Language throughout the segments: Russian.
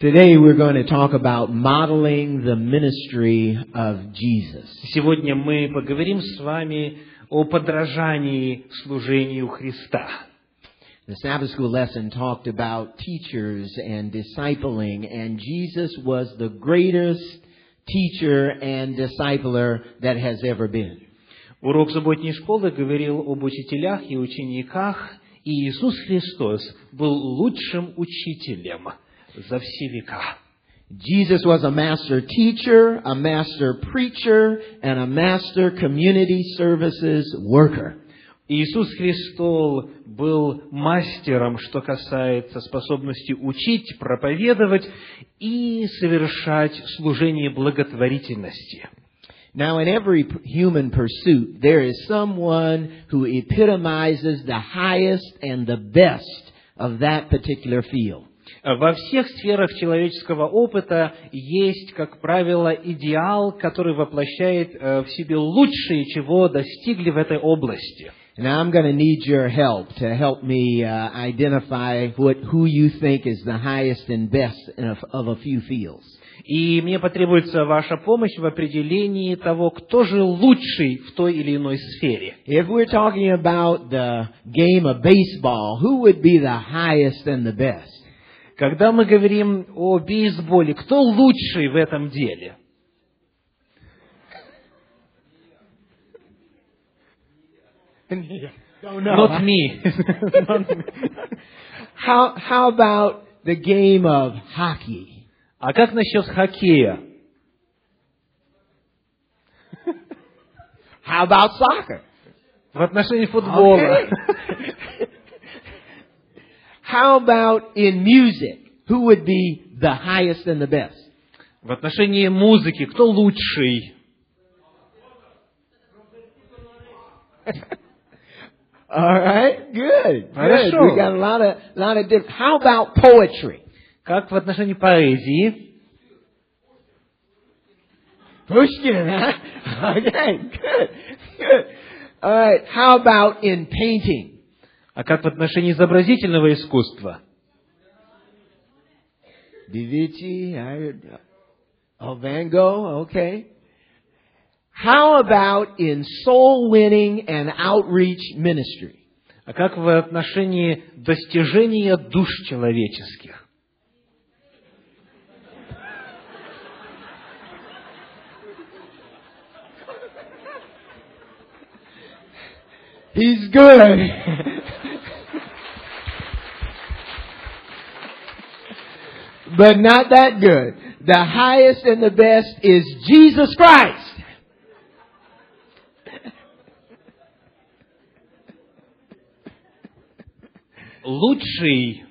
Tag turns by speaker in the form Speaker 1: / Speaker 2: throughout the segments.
Speaker 1: Today we're going to talk about modeling the ministry of Jesus.
Speaker 2: Сегодня мы поговорим с вами о подражании служению Христа.
Speaker 1: The Sabbath school lesson talked about teachers and discipling, and Jesus was the greatest teacher and discipler that has ever been.
Speaker 2: Урок субботней школы говорил об учителях и учениках, и Иисус Христос был лучшим учителем за все века.
Speaker 1: Jesus was a master teacher, a master preacher, and a master community services worker.
Speaker 2: Иисус Христос был мастером, что касается способности учить, проповедовать и совершать служение благотворительности.
Speaker 1: Now, in every p- human pursuit, there is someone who epitomizes the highest and the best of that particular field.
Speaker 2: Во всех сферах человеческого опыта есть, как правило, идеал, который воплощает э, в себе лучшее, чего достигли в этой области.
Speaker 1: Now, I'm going to need your help to help me uh, identify what who you think is the highest and best of, of a few fields.
Speaker 2: И мне потребуется ваша помощь в определении того, кто же лучший в той или иной сфере.
Speaker 1: If we're talking about the game of baseball, who would be the highest and the best?
Speaker 2: Когда мы говорим о бейсболе, кто лучший в этом деле? Not me. Not me.
Speaker 1: How how about the game of hockey?
Speaker 2: А как насчет хоккея?
Speaker 1: How about soccer?
Speaker 2: В отношении футбола.
Speaker 1: Okay. How about in music? Who would be the highest and the best?
Speaker 2: В отношении музыки, кто лучший?
Speaker 1: All right, good. good.
Speaker 2: Хорошо.
Speaker 1: We got a lot of lot of different. How about poetry?
Speaker 2: Как в отношении поэзии?
Speaker 1: Pushkin, huh? Okay, good, good. All right. How about in painting?
Speaker 2: А как в отношении изобразительного искусства?
Speaker 1: Da Vinci, I, oh, Van Gogh, okay. How about in soul winning and outreach ministry?
Speaker 2: А как в отношении достижения душ человеческих?
Speaker 1: He's good. but not that good. The highest and the best is Jesus Christ.
Speaker 2: Лучший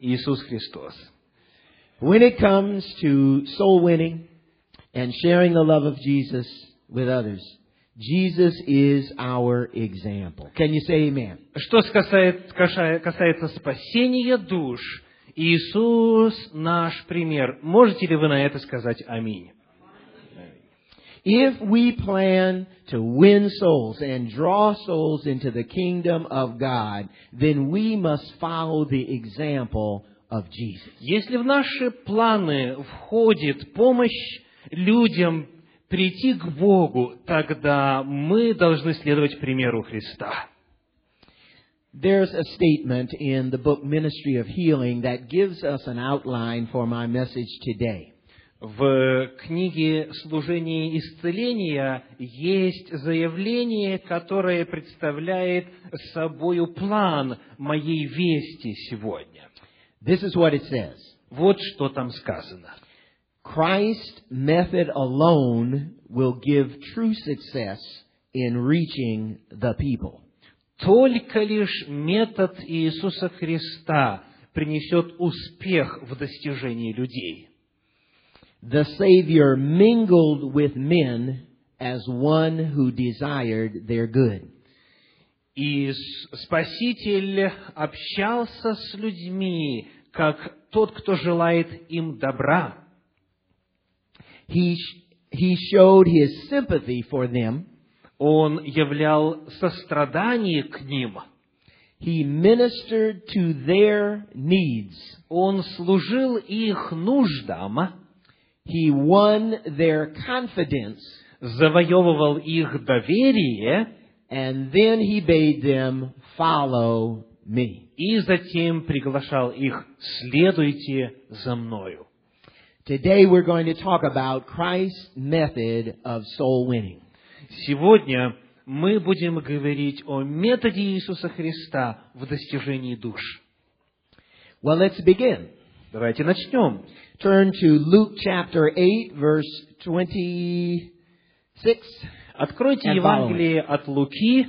Speaker 2: Иисус Христос.
Speaker 1: When it comes to soul winning and sharing the love of Jesus with others, Jesus is our example. Can you say amen?
Speaker 2: Что с касает- каша- касается спасения душ, Иисус наш пример. Можете ли вы на это сказать аминь?
Speaker 1: If we plan to win souls and draw souls into the kingdom of God, then we must follow the example of Jesus.
Speaker 2: Если в наши планы входит помощь людям прийти к Богу, тогда мы должны следовать примеру Христа.
Speaker 1: There's a statement in the book Ministry of Healing that gives us an outline for my message today.
Speaker 2: В книге «Служение исцеления» есть заявление, которое представляет собою план моей вести сегодня.
Speaker 1: This is what it says.
Speaker 2: Вот что там сказано.
Speaker 1: Christ's method alone will give true success in reaching the people.
Speaker 2: Только лишь метод Иисуса Христа принесет успех в достижении людей.
Speaker 1: The Savior mingled with men as one who desired their good.
Speaker 2: И с- Спаситель общался с людьми, как тот, кто желает им добра.
Speaker 1: He, sh- he showed his sympathy for them.
Speaker 2: Он являл сострадание к ним.
Speaker 1: He ministered to their needs.
Speaker 2: Он служил их нуждам,
Speaker 1: He won their confidence,
Speaker 2: завоевывал их доверие
Speaker 1: and then he bade them follow me.
Speaker 2: и затем приглашал их «следуйте за мною».
Speaker 1: Today we're going to talk about Christ's method of soul winning.
Speaker 2: Сегодня мы будем говорить о методе Иисуса Христа в достижении душ.
Speaker 1: Well, let's begin.
Speaker 2: Давайте начнем.
Speaker 1: Turn to Luke chapter 8 verse 26.
Speaker 2: Откройте
Speaker 1: And
Speaker 2: Евангелие от Луки,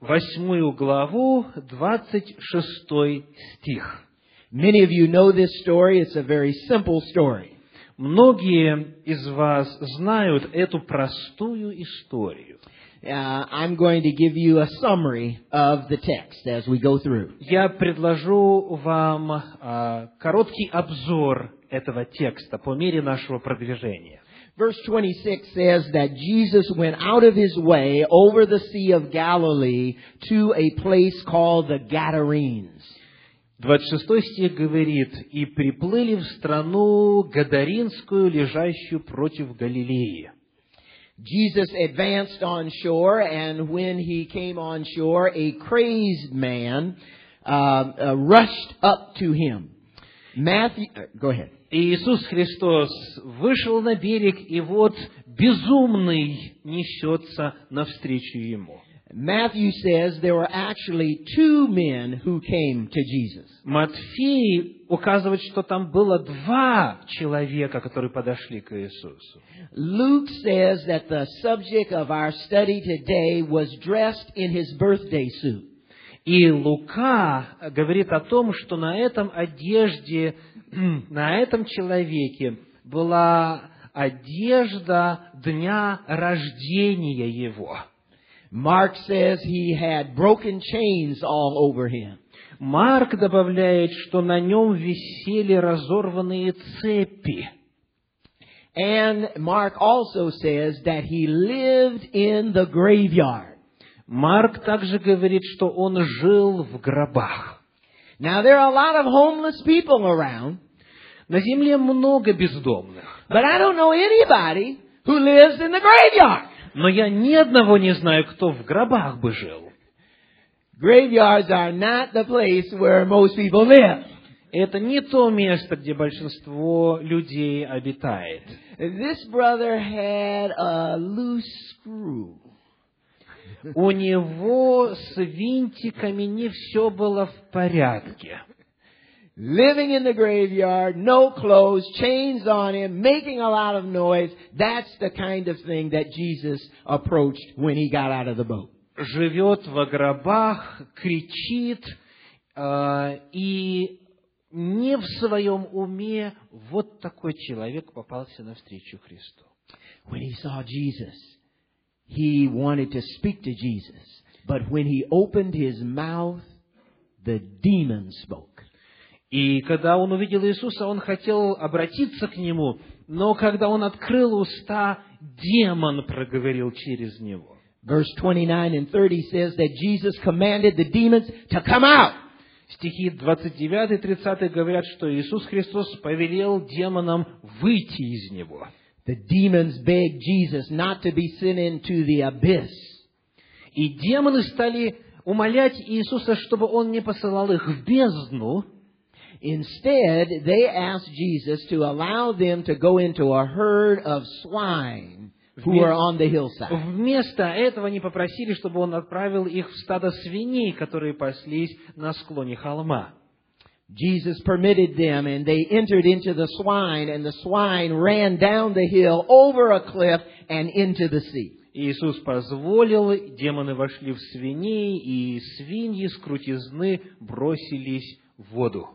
Speaker 2: восьмую главу, 26 стих.
Speaker 1: Many of you know this story. It's a very simple story.
Speaker 2: Многие из вас знают эту простую историю.
Speaker 1: Uh, I'm going to give you a summary of the text as we go through.
Speaker 2: Я предложу вам а, короткий обзор этого текста по мере нашего продвижения.
Speaker 1: Verse 26 says that Jesus went out of his way over the Sea of Galilee to a place called the Gadarenes.
Speaker 2: 26 стих говорит, «И приплыли в страну Гадаринскую, лежащую против Галилеи».
Speaker 1: Jesus advanced on shore, and when he came on shore, a crazed man uh, uh, rushed up to him. Matthew, uh, go ahead.
Speaker 2: И Иисус Христос вышел на берег, и вот безумный несется навстречу Ему.
Speaker 1: Matthew says there were actually two men who came to Jesus.
Speaker 2: Матфей указывает, что там было два человека, которые подошли к Иисусу.
Speaker 1: Luke says that the subject of our study today was dressed in his birthday suit.
Speaker 2: И Лука говорит о том, что на этом одежде, на этом человеке была одежда дня рождения его.
Speaker 1: Mark says he had broken chains all over him.
Speaker 2: Марк добавляет, что на нем висели разорванные цепи.
Speaker 1: And Mark also says that he lived in the graveyard.
Speaker 2: Марк также говорит, что он жил в гробах.
Speaker 1: Now there are a lot of homeless people around,
Speaker 2: На земле много бездомных.
Speaker 1: but I don't know anybody who lives in the graveyard.
Speaker 2: Но я ни одного не знаю, кто в гробах бы жил.
Speaker 1: Graveyards are not the place where most people live.
Speaker 2: Это не то место, где большинство людей обитает.
Speaker 1: This brother had a loose screw.
Speaker 2: У него с винтиками не все было в порядке.
Speaker 1: Living in the graveyard, no clothes, chains on him, making a lot of noise. That's the kind of thing that Jesus approached when he got out of the boat.
Speaker 2: Живет во гробах, кричит э, и не в своем уме вот такой человек попался навстречу Христу.
Speaker 1: When he saw Jesus, he wanted to speak to Jesus. But when he opened his mouth, the demon spoke.
Speaker 2: И когда он увидел Иисуса, он хотел обратиться к нему, но когда он открыл уста, демон проговорил через него.
Speaker 1: Verse 29 and 30 says that Jesus commanded the demons to come out.
Speaker 2: Стихи 29 и 30 говорят, что Иисус Христос повелел демонам выйти из него.
Speaker 1: The demons begged Jesus not to be sent into the abyss.
Speaker 2: И демоны стали умолять Иисуса, чтобы он не посылал их в бездну.
Speaker 1: Instead, they asked Jesus to allow them to go into a herd of swine who were on the hillside.
Speaker 2: Вместо этого они попросили, чтобы он отправил их в стадо свиней, которые паслись на склоне холма.
Speaker 1: Jesus permitted them and they entered into the swine and the swine ran down the hill over a cliff and into the sea.
Speaker 2: Иисус позволил, демоны вошли в свиней, и свиньи с крутизны бросились в воду.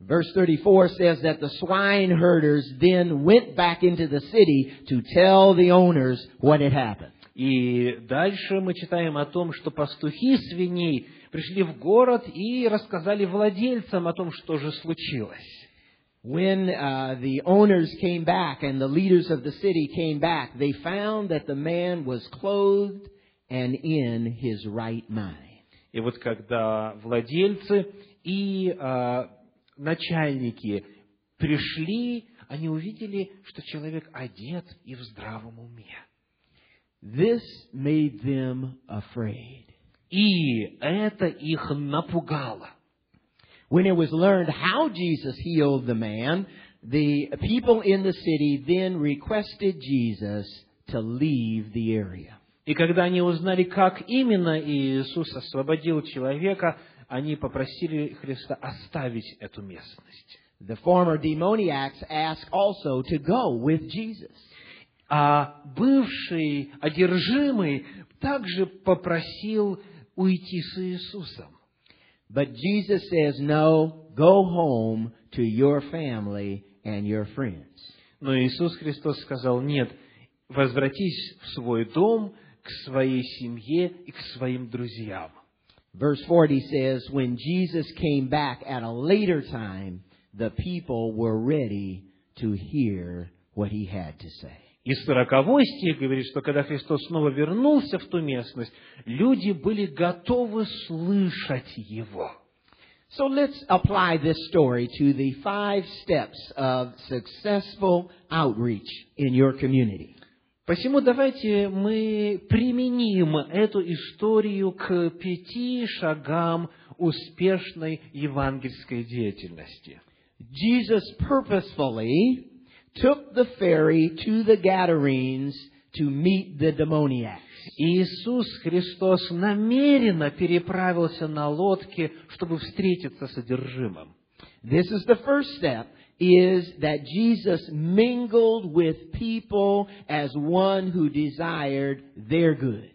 Speaker 1: Verse 34 says that the swine herders then went back into the city to tell the owners what had happened.
Speaker 2: И дальше мы читаем о том, что пастухи свиней пришли в город и рассказали владельцам о том, что же случилось.
Speaker 1: When uh, the owners came back and the leaders of the city came back, they found that the man was clothed and in his right mind.
Speaker 2: И И вот когда владельцы и а, начальники пришли, они увидели, что человек одет и в здравом уме.
Speaker 1: This made them afraid.
Speaker 2: И это их напугало.
Speaker 1: When it was learned how Jesus healed the man, the people in the city then requested Jesus to leave the area.
Speaker 2: И когда они узнали, как именно Иисус освободил человека, они попросили Христа оставить эту местность.
Speaker 1: The former demoniacs asked also to go with Jesus.
Speaker 2: А бывший одержимый также попросил уйти с Иисусом.
Speaker 1: But Jesus says, No, go home to your family and your friends.
Speaker 2: Но Иисус Христос сказал, нет, возвратись в свой дом, к своей семье и к своим друзьям.
Speaker 1: Verse 40 says, When Jesus came back at a later time, the people were ready to hear what he had to say.
Speaker 2: И сороковой стих говорит, что когда Христос снова вернулся в ту местность, люди были готовы слышать Его.
Speaker 1: So let's apply this story to the five steps of successful outreach in your community.
Speaker 2: Посему давайте мы применим эту историю к пяти шагам успешной евангельской деятельности.
Speaker 1: Jesus purposefully took the ferry to the Gadarenes to meet the demoniacs.
Speaker 2: Иисус Христос намеренно переправился на лодке, чтобы встретиться с одержимым.
Speaker 1: This is the first step is that Jesus mingled with people as one who desired their good.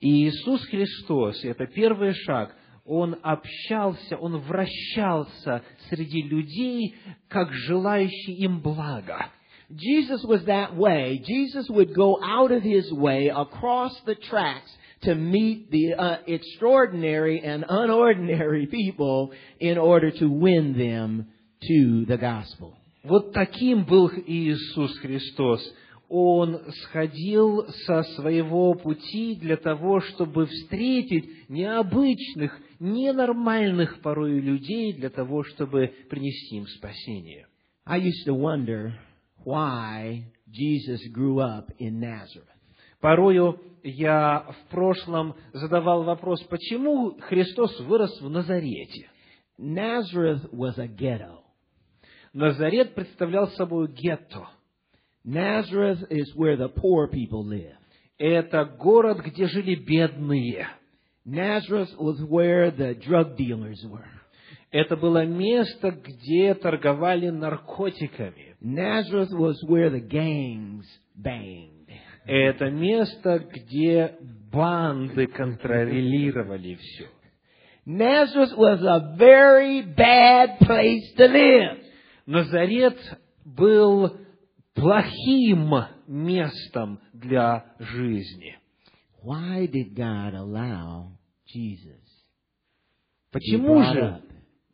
Speaker 2: И Иисус Христос, и это первый шаг, Он общался, Он вращался среди людей, как желающий им блага.
Speaker 1: Jesus was that way. Jesus would go out of his way across the tracks to meet the uh, extraordinary and unordinary people in order to win them to the gospel.
Speaker 2: Вот таким был Иисус Христос. Он сходил со своего пути для того, чтобы встретить необычных, ненормальных порой людей, для того, чтобы принести им спасение.
Speaker 1: I used to wonder why Jesus grew up in Nazareth.
Speaker 2: Порою я в прошлом задавал вопрос, почему Христос вырос в Назарете?
Speaker 1: Nazareth was a ghetto.
Speaker 2: Назарет представлял собой гетто.
Speaker 1: Nazareth is where the poor people live.
Speaker 2: Это город, где жили бедные.
Speaker 1: Nazareth was where the drug dealers were.
Speaker 2: Это было место, где торговали наркотиками.
Speaker 1: Nazareth was where the gangs banged.
Speaker 2: Это место, где банды контролировали все.
Speaker 1: Nazareth was a very bad place to live.
Speaker 2: Назарет был плохим местом для жизни.
Speaker 1: Why did God allow Jesus to be
Speaker 2: Почему
Speaker 1: brought
Speaker 2: же
Speaker 1: up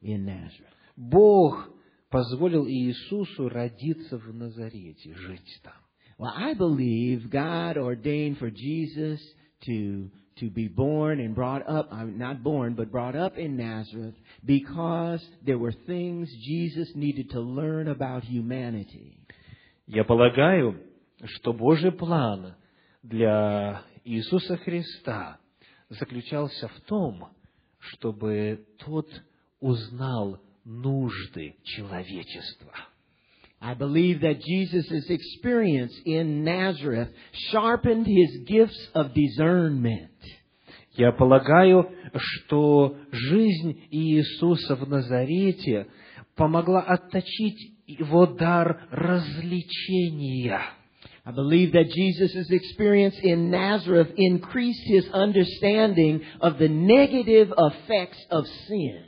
Speaker 1: in Nazareth?
Speaker 2: Бог позволил Иисусу родиться в Назарете, жить там?
Speaker 1: Well, I believe God ordained for Jesus to to be born and brought up, I mean, not born, but brought up in Nazareth because there were things Jesus needed to learn about humanity.
Speaker 2: Я полагаю, что Божий план для Иисуса Христа заключался в том, чтобы тот узнал нужды человечества.
Speaker 1: I believe that Jesus' experience in Nazareth sharpened his gifts of discernment.
Speaker 2: Я полагаю, что жизнь Иисуса в Назарете помогла отточить его дар развлечения.
Speaker 1: I believe that Jesus' experience in Nazareth increased his understanding of the negative effects of sin.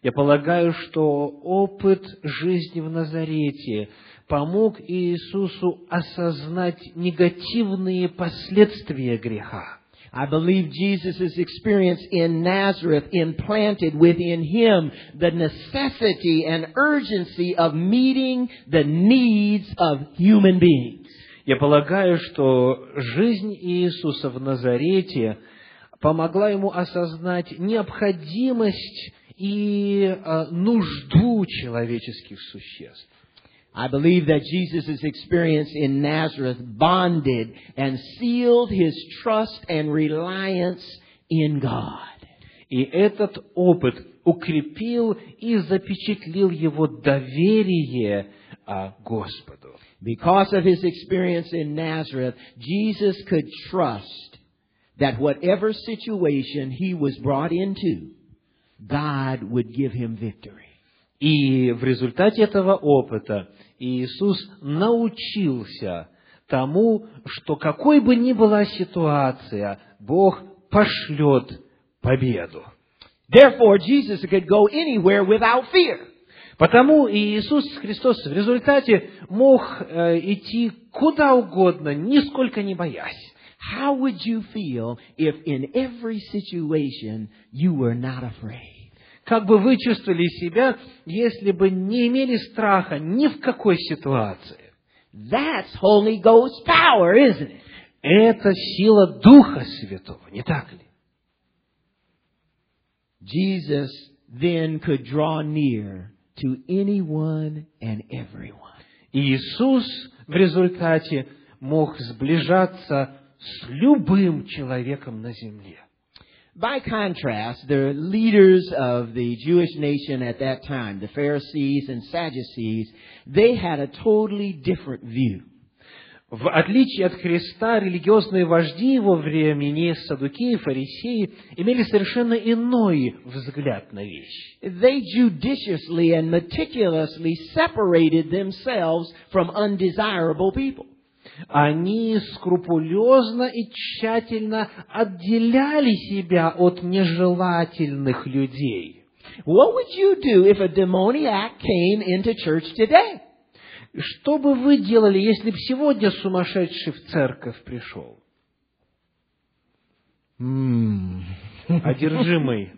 Speaker 2: Я полагаю, что опыт жизни в Назарете помог Иисусу осознать негативные последствия греха.
Speaker 1: I believe Jesus' experience in Nazareth implanted within him the necessity and urgency of meeting the needs of human beings.
Speaker 2: Я полагаю, что жизнь Иисуса в Назарете помогла ему осознать необходимость и э, нужду человеческих существ.
Speaker 1: I believe that Jesus' experience in Nazareth bonded and sealed his trust and reliance in God.
Speaker 2: И этот опыт укрепил и запечатлил его доверие а, Господу.
Speaker 1: Because of his experience in Nazareth, Jesus could trust that whatever situation he was brought into, God would give him victory.
Speaker 2: И в результате этого опыта Иисус научился тому, что какой бы ни была ситуация, Бог пошлет победу.
Speaker 1: Therefore, Jesus could go anywhere without fear.
Speaker 2: Потому Иисус Христос в результате мог э, идти куда угодно, нисколько не боясь.
Speaker 1: How would you feel if in every situation you were not afraid?
Speaker 2: Как бы вы чувствовали себя, если бы не имели страха ни в какой ситуации?
Speaker 1: That's Holy Ghost power, isn't it?
Speaker 2: Это сила Духа Святого, не так ли?
Speaker 1: Jesus then could draw near to anyone and everyone.
Speaker 2: Иисус в результате мог сближаться с любым человеком на земле.
Speaker 1: By contrast, the leaders of the Jewish nation at that time, the Pharisees and Sadducees, they had a totally different view.
Speaker 2: В отличие от Христа, религиозные вожди его времени, садуки и фарисеи, имели совершенно иной взгляд на вещи.
Speaker 1: They judiciously and meticulously separated themselves from undesirable people.
Speaker 2: Они скрупулезно и тщательно отделяли себя от нежелательных людей.
Speaker 1: What would you do if a demoniac came into church today?
Speaker 2: Что бы вы делали, если бы сегодня сумасшедший в церковь пришел?
Speaker 1: Hmm.
Speaker 2: Одержимый.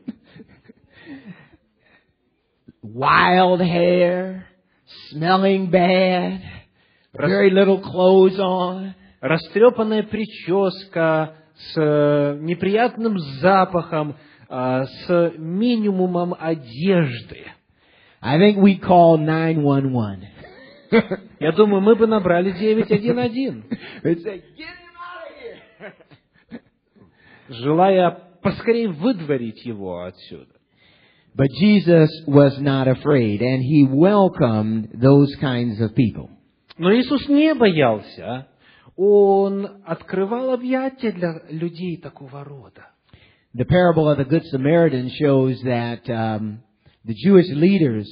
Speaker 1: Wild hair, smelling bad, very little clothes on,
Speaker 2: Растрепанная прическа с э, неприятным запахом, а, с минимумом одежды.
Speaker 1: I think we call 911.
Speaker 2: Я думаю, мы бы набрали 911,
Speaker 1: It's say, get him out of here.
Speaker 2: желая поскорее выдворить его отсюда.
Speaker 1: But Jesus was not afraid, and he welcomed those kinds of people.
Speaker 2: Но Иисус не боялся. Он открывал объятия для людей такого рода.
Speaker 1: The parable of the Good Samaritan shows that um, the Jewish leaders,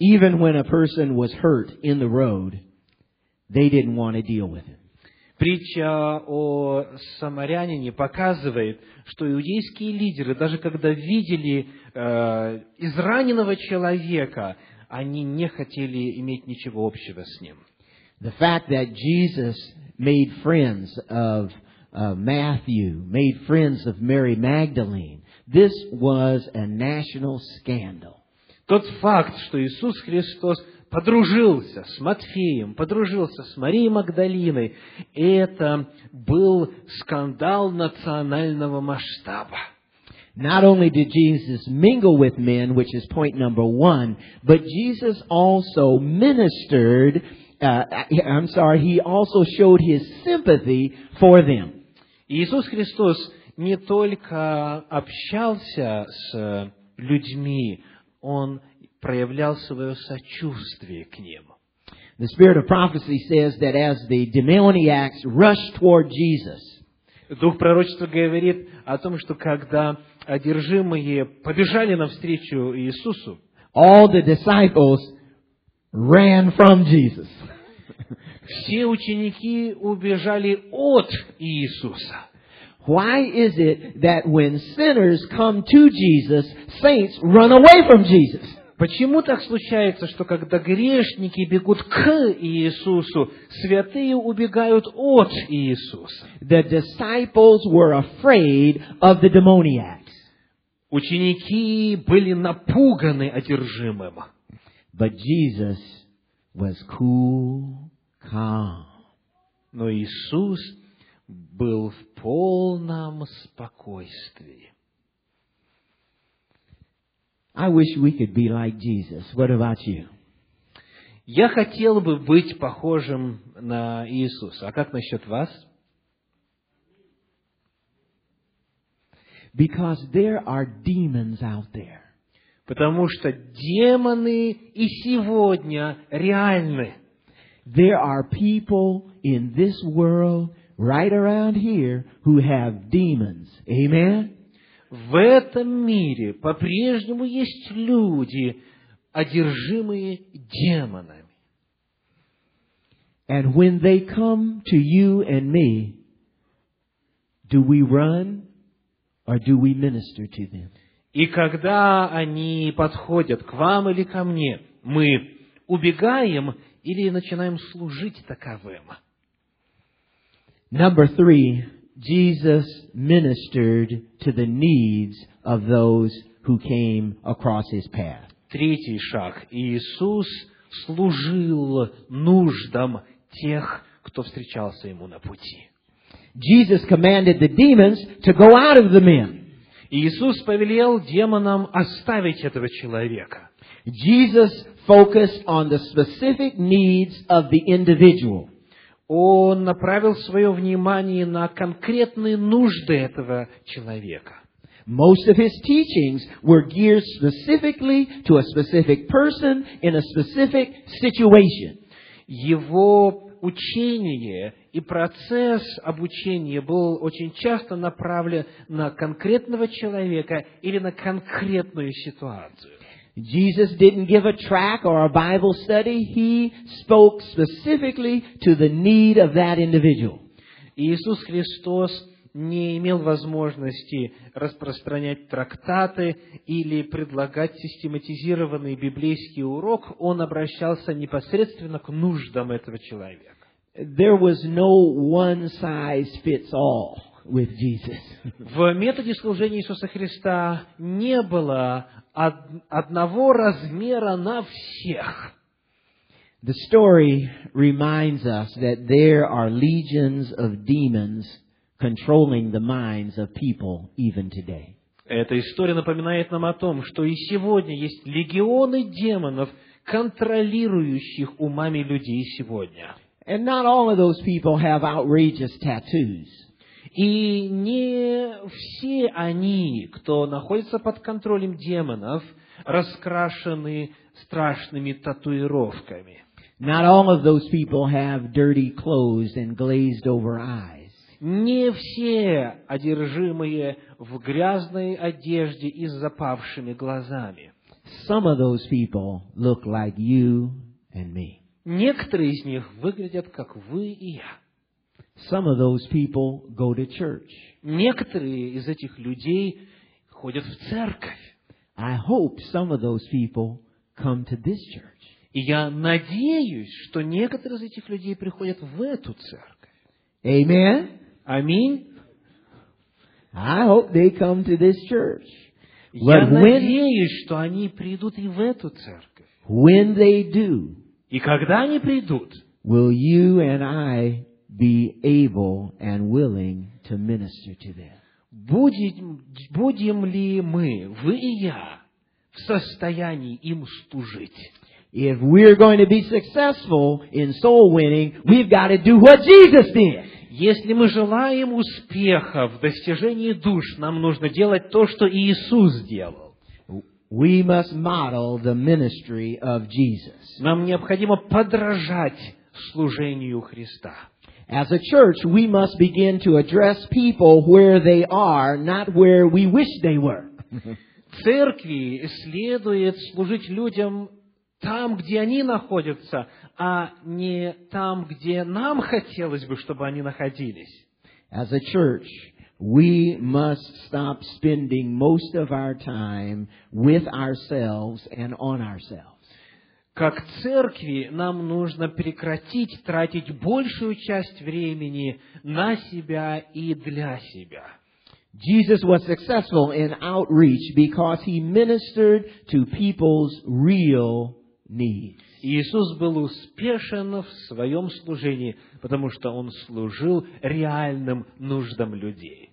Speaker 1: even when a person was hurt in the road, they didn't want to deal with him.
Speaker 2: Притча о самарянине показывает, что иудейские лидеры, даже когда видели э, израненного человека, они не хотели иметь ничего общего с ним.
Speaker 1: The fact that Jesus made friends of uh, Matthew, made friends of Mary Magdalene, this was a national scandal.
Speaker 2: Тот факт, что Иисус Христос подружился с Матфеем, подружился с Марией Магдалиной, это был скандал национального масштаба.
Speaker 1: Not only did Jesus mingle with men, which is point number one, but Jesus also ministered, uh, I- I'm sorry, he also showed his sympathy for them.
Speaker 2: Иисус Христос не только общался с людьми, Он проявлял свое сочувствие к ним.
Speaker 1: The spirit of prophecy says that as the demoniacs rushed toward Jesus,
Speaker 2: Дух пророчества говорит о том, что когда одержимые побежали навстречу Иисусу,
Speaker 1: all the disciples ran from Jesus.
Speaker 2: все ученики убежали от Иисуса.
Speaker 1: Why is it that when sinners come to Jesus, saints run away from Jesus?
Speaker 2: Почему так случается, что когда грешники бегут к Иисусу, святые убегают от Иисуса?
Speaker 1: The disciples were afraid of the demoniacs.
Speaker 2: Ученики были напуганы одержимым.
Speaker 1: But Jesus was cool, calm.
Speaker 2: Но Иисус был в полном спокойствии.
Speaker 1: I wish we could be like Jesus. What about you?
Speaker 2: Я хотел бы быть похожим на Иисуса. А как насчет вас?
Speaker 1: Because there are demons out there.
Speaker 2: Потому что демоны и сегодня реальны.
Speaker 1: There are people in this world right around here who have demons. Amen?
Speaker 2: В этом мире по-прежнему есть люди, одержимые демонами.
Speaker 1: And when they come to you and me, do we run or do we minister to them?
Speaker 2: И когда они подходят к вам или ко мне, мы убегаем или начинаем служить таковым.
Speaker 1: Number three, Jesus ministered to the needs of those who came across his path.
Speaker 2: Третий шаг. Иисус служил нуждам тех, кто встречался ему на пути.
Speaker 1: Jesus commanded the demons to go out of the men.
Speaker 2: Иисус повелел демонам оставить этого человека.
Speaker 1: Jesus focused on the specific needs of the individual.
Speaker 2: Он направил свое внимание на конкретные нужды этого человека.
Speaker 1: Most of his teachings were geared specifically to a specific person in a specific situation.
Speaker 2: Его учение и процесс обучения был очень часто направлен на конкретного человека или на конкретную ситуацию.
Speaker 1: Jesus didn't give a track or a Bible study. He spoke specifically to the need of that individual.
Speaker 2: Иисус Христос не имел возможности распространять трактаты или предлагать систематизированный библейский урок, он обращался непосредственно к нуждам этого человека.
Speaker 1: There was no one size fits all with Jesus.
Speaker 2: В методе служения Иисуса Христа не было од- одного размера на всех.
Speaker 1: The story reminds us that there are legions of demons controlling the minds of people even today.
Speaker 2: Эта история напоминает нам о том, что и сегодня есть легионы демонов, контролирующих умами людей сегодня.
Speaker 1: And not all of those people have outrageous tattoos.
Speaker 2: И не все они, кто находится под контролем демонов, раскрашены страшными татуировками.
Speaker 1: Not all of those people have dirty clothes and glazed over eyes.
Speaker 2: Не все одержимые в грязной одежде и с запавшими глазами.
Speaker 1: Some of those people look like you and me.
Speaker 2: Некоторые из них выглядят как вы и я.
Speaker 1: Some of those people go to church.
Speaker 2: Некоторые из этих людей ходят в церковь.
Speaker 1: I hope some of those people come to this church.
Speaker 2: И я надеюсь, что некоторые из этих людей приходят в эту церковь.
Speaker 1: Amen?
Speaker 2: Аминь.
Speaker 1: I hope they come to this church.
Speaker 2: Я
Speaker 1: But when,
Speaker 2: надеюсь, что они придут и в эту церковь.
Speaker 1: when they do,
Speaker 2: И когда они придут,
Speaker 1: will you and I be able and willing to minister to them?
Speaker 2: будем, будем ли мы, вы и я, в состоянии им служить?
Speaker 1: If we're going to be successful in soul winning, we've got to do what Jesus did.
Speaker 2: Если мы желаем успеха в достижении душ, нам нужно делать то, что Иисус делал.
Speaker 1: We must model the ministry of Jesus.
Speaker 2: Нам необходимо подражать служению Христа.
Speaker 1: As a church, we must begin to address people where they are, not where we wish they were.
Speaker 2: Церкви следует служить людям там, где они находятся, а не там, где нам хотелось бы, чтобы они находились.
Speaker 1: As a church, we must stop spending most of our time with ourselves and on ourselves.
Speaker 2: Как церкви нам нужно прекратить тратить большую часть времени на себя и для себя.
Speaker 1: Jesus was successful in outreach because he ministered to people's real needs.
Speaker 2: И Иисус был успешен в своем служении, потому что он служил реальным нуждам людей.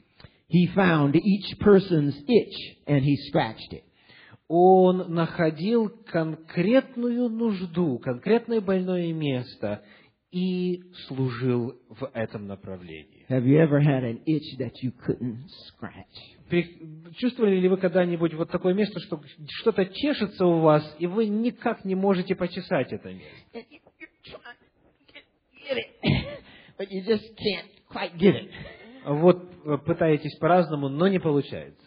Speaker 1: He found each person's itch and he scratched it.
Speaker 2: Он находил конкретную нужду, конкретное больное место и служил в этом направлении.
Speaker 1: Have you ever had an itch that you couldn't scratch?
Speaker 2: При- Чувствовали ли вы когда-нибудь вот такое место, что что-то чешется у вас, и вы никак не можете почесать это место?
Speaker 1: And you- you're trying to get, get it, but you just can't quite get it.
Speaker 2: Вот э, пытаетесь по-разному, но не получается.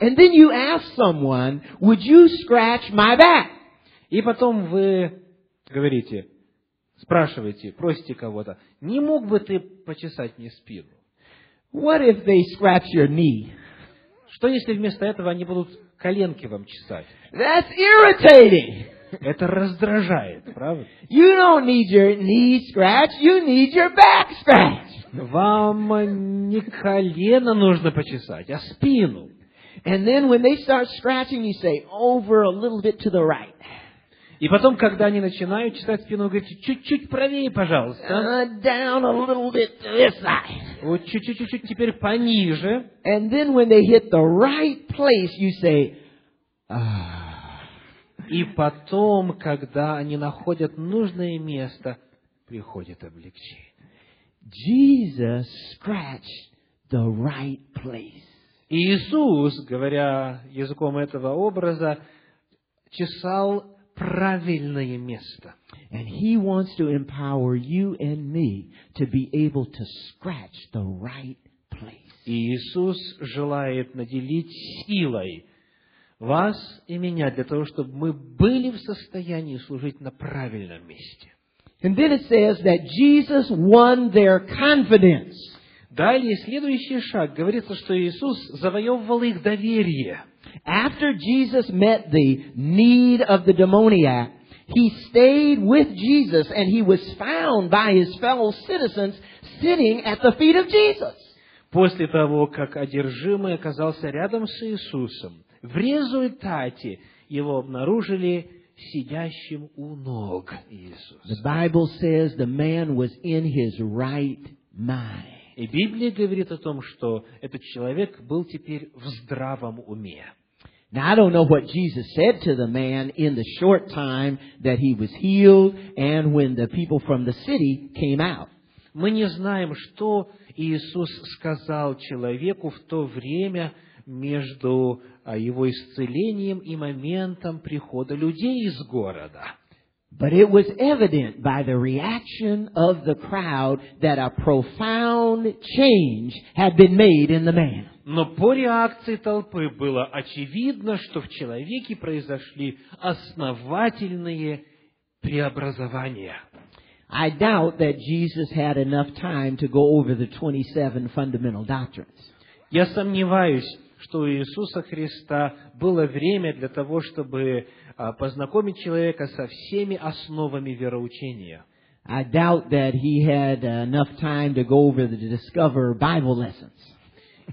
Speaker 1: And then you ask someone, would you scratch my back?
Speaker 2: И потом вы говорите, спрашиваете, просите кого-то, не мог бы ты почесать мне спину?
Speaker 1: What if they scratch your knee?
Speaker 2: Что если вместо этого они будут коленки вам чесать?
Speaker 1: That's irritating.
Speaker 2: Это раздражает, правда?
Speaker 1: You don't need your knee scratch, you need your back scratch.
Speaker 2: Вам не колено нужно почесать, а спину.
Speaker 1: And then when they start scratching, you say, over a little bit to the right.
Speaker 2: И потом, когда они начинают чесать спину, вы говорите, чуть-чуть правее, пожалуйста.
Speaker 1: Uh, down a little bit to this side.
Speaker 2: Вот чуть-чуть-чуть теперь пониже.
Speaker 1: And then when they hit the right place, you say, ah.
Speaker 2: И потом, когда они находят нужное место, приходит облегчение.
Speaker 1: Jesus scratched the right place.
Speaker 2: И Иисус, говоря языком этого образа, чесал правильное место.
Speaker 1: And he wants to empower you and me to be able to scratch the right place.
Speaker 2: И Иисус желает наделить силой вас и меня для того, чтобы мы были в состоянии служить на правильном месте.
Speaker 1: And then it says that Jesus won their confidence.
Speaker 2: Далее следующий шаг. Говорится, что Иисус завоевывал их доверие.
Speaker 1: After Jesus met the need of the demoniac, he stayed with Jesus and he was found by his fellow citizens sitting at the feet of Jesus.
Speaker 2: После того, как одержимый оказался рядом с Иисусом, в результате его обнаружили сидящим у ног
Speaker 1: The
Speaker 2: Иисуса.
Speaker 1: Bible says the man was in his right mind.
Speaker 2: И Библия говорит о том, что этот человек был теперь в здравом уме.
Speaker 1: Now, I don't know what Jesus said to the man in the short time that he was healed and when the people from the city came out.
Speaker 2: Мы не знаем, что Иисус сказал человеку в то время между а, его исцелением и моментом прихода людей из города.
Speaker 1: But it was evident by the reaction of the crowd that a profound change had been made in the man.
Speaker 2: Но по реакции толпы было очевидно, что в человеке произошли основательные преобразования.
Speaker 1: I doubt that Jesus had enough time to go over the 27 fundamental doctrines.
Speaker 2: Я сомневаюсь, что у Иисуса Христа было время для того, чтобы а, познакомить человека со всеми основами вероучения.
Speaker 1: I doubt that he had enough time to go over the Discover Bible lessons.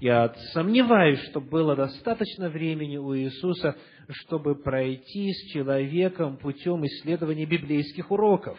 Speaker 2: Я сомневаюсь, что было достаточно времени у Иисуса, чтобы пройти с человеком путем исследования библейских уроков.